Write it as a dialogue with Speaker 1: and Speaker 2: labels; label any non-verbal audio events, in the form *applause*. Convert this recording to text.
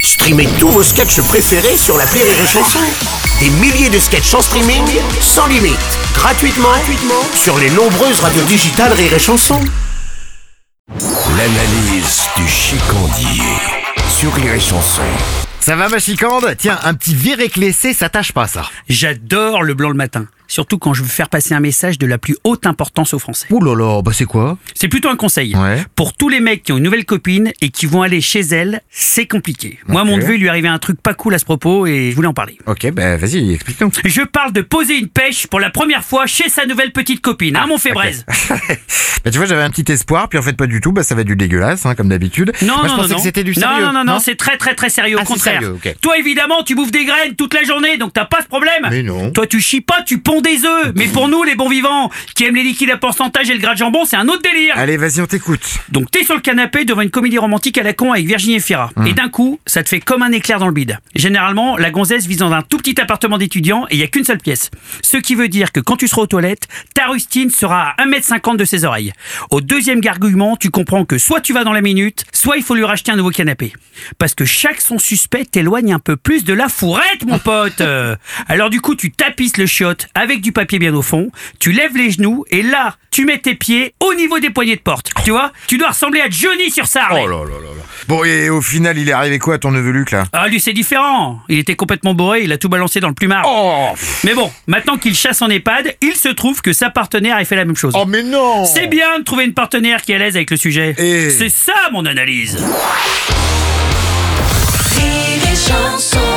Speaker 1: Streamez tous vos sketchs préférés sur la Rire et Chanson. Des milliers de sketchs en streaming, sans limite, gratuitement, gratuitement sur les nombreuses radios digitales Rire et Chanson. L'analyse du chicandier sur Rire et Chanson.
Speaker 2: Ça va ma chicande Tiens, un petit viréclessé, ça tâche pas ça.
Speaker 3: J'adore le blanc le matin. Surtout quand je veux faire passer un message de la plus haute importance aux Français.
Speaker 2: Ouh là là, bah c'est quoi
Speaker 3: C'est plutôt un conseil.
Speaker 2: Ouais.
Speaker 3: Pour tous les mecs qui ont une nouvelle copine et qui vont aller chez elle, c'est compliqué. Moi,
Speaker 2: Ok.
Speaker 3: mon neveu, il lui arrivait un truc pas cool à ce propos et je voulais en parler.
Speaker 2: Ok, bah vas-y, explique-nous.
Speaker 3: Je parle de poser une pêche pour la première fois chez sa nouvelle petite copine, hein, mon Fébreze
Speaker 2: *laughs* Bah tu vois, j'avais un petit espoir, puis en fait pas du tout, bah ça va être du dégueulasse, hein, comme d'habitude. Moi,
Speaker 3: Non, non,
Speaker 2: je
Speaker 3: non,
Speaker 2: pensais
Speaker 3: non.
Speaker 2: que c'était du
Speaker 3: Non,
Speaker 2: sérieux.
Speaker 3: non, non, non, c'est très, très, très sérieux. Au
Speaker 2: Ah, c'est
Speaker 3: contraire.
Speaker 2: sérieux, ok.
Speaker 3: Toi, évidemment, tu bouffes des graines toute la journée, donc t'as pas ce problème.
Speaker 2: Mais non.
Speaker 3: Toi, tu chies pas, tu ponds des œufs. Mais
Speaker 2: *laughs*
Speaker 3: pour nous, les bons vivants, qui aiment les liquides à pourcentage et le gras de jambon, c'est un autre délire.
Speaker 2: Allez, vas-y, on t'écoute.
Speaker 3: Donc t'es sur le canapé devant une comédie romantique à la con avec Virginie Efira. Et d'un coup, ça te fait comme un éclair dans le bide. Généralement, la gonzesse vit dans un tout petit appartement d'étudiant et il y a qu'une seule pièce. Ce qui veut dire que quand tu seras aux toilettes, ta rustine sera à 1m50 de ses oreilles. Au deuxième gargouillement, tu comprends que soit tu vas dans la minute, soit il faut lui racheter un nouveau canapé. Parce que chaque son suspect t'éloigne un peu plus de la fourrette, mon
Speaker 2: *laughs*
Speaker 3: pote. Euh, Alors du coup, tu tapisses le chiotte avec du papier bien au fond, tu lèves les genoux et là, tu mets tes pieds au niveau des poignées de porte. Tu vois Tu dois ressembler à Johnny sur sa
Speaker 2: Oh
Speaker 3: Harley.
Speaker 2: Bon, et au final, il est arrivé quoi à ton neveu Luc là
Speaker 3: Ah lui c'est différent. Il était complètement bourré, il a tout balancé dans le plumard.
Speaker 2: Oh, pff,
Speaker 3: Mais bon, maintenant qu'il chasse en EHPAD, il se trouve que sa partenaire a fait la même chose.
Speaker 2: oh, mais non
Speaker 3: C'est bien de trouver une partenaire qui est à l'aise avec le sujet.
Speaker 2: Et-
Speaker 3: C'est ça mon analyse.
Speaker 4: Rire et chanson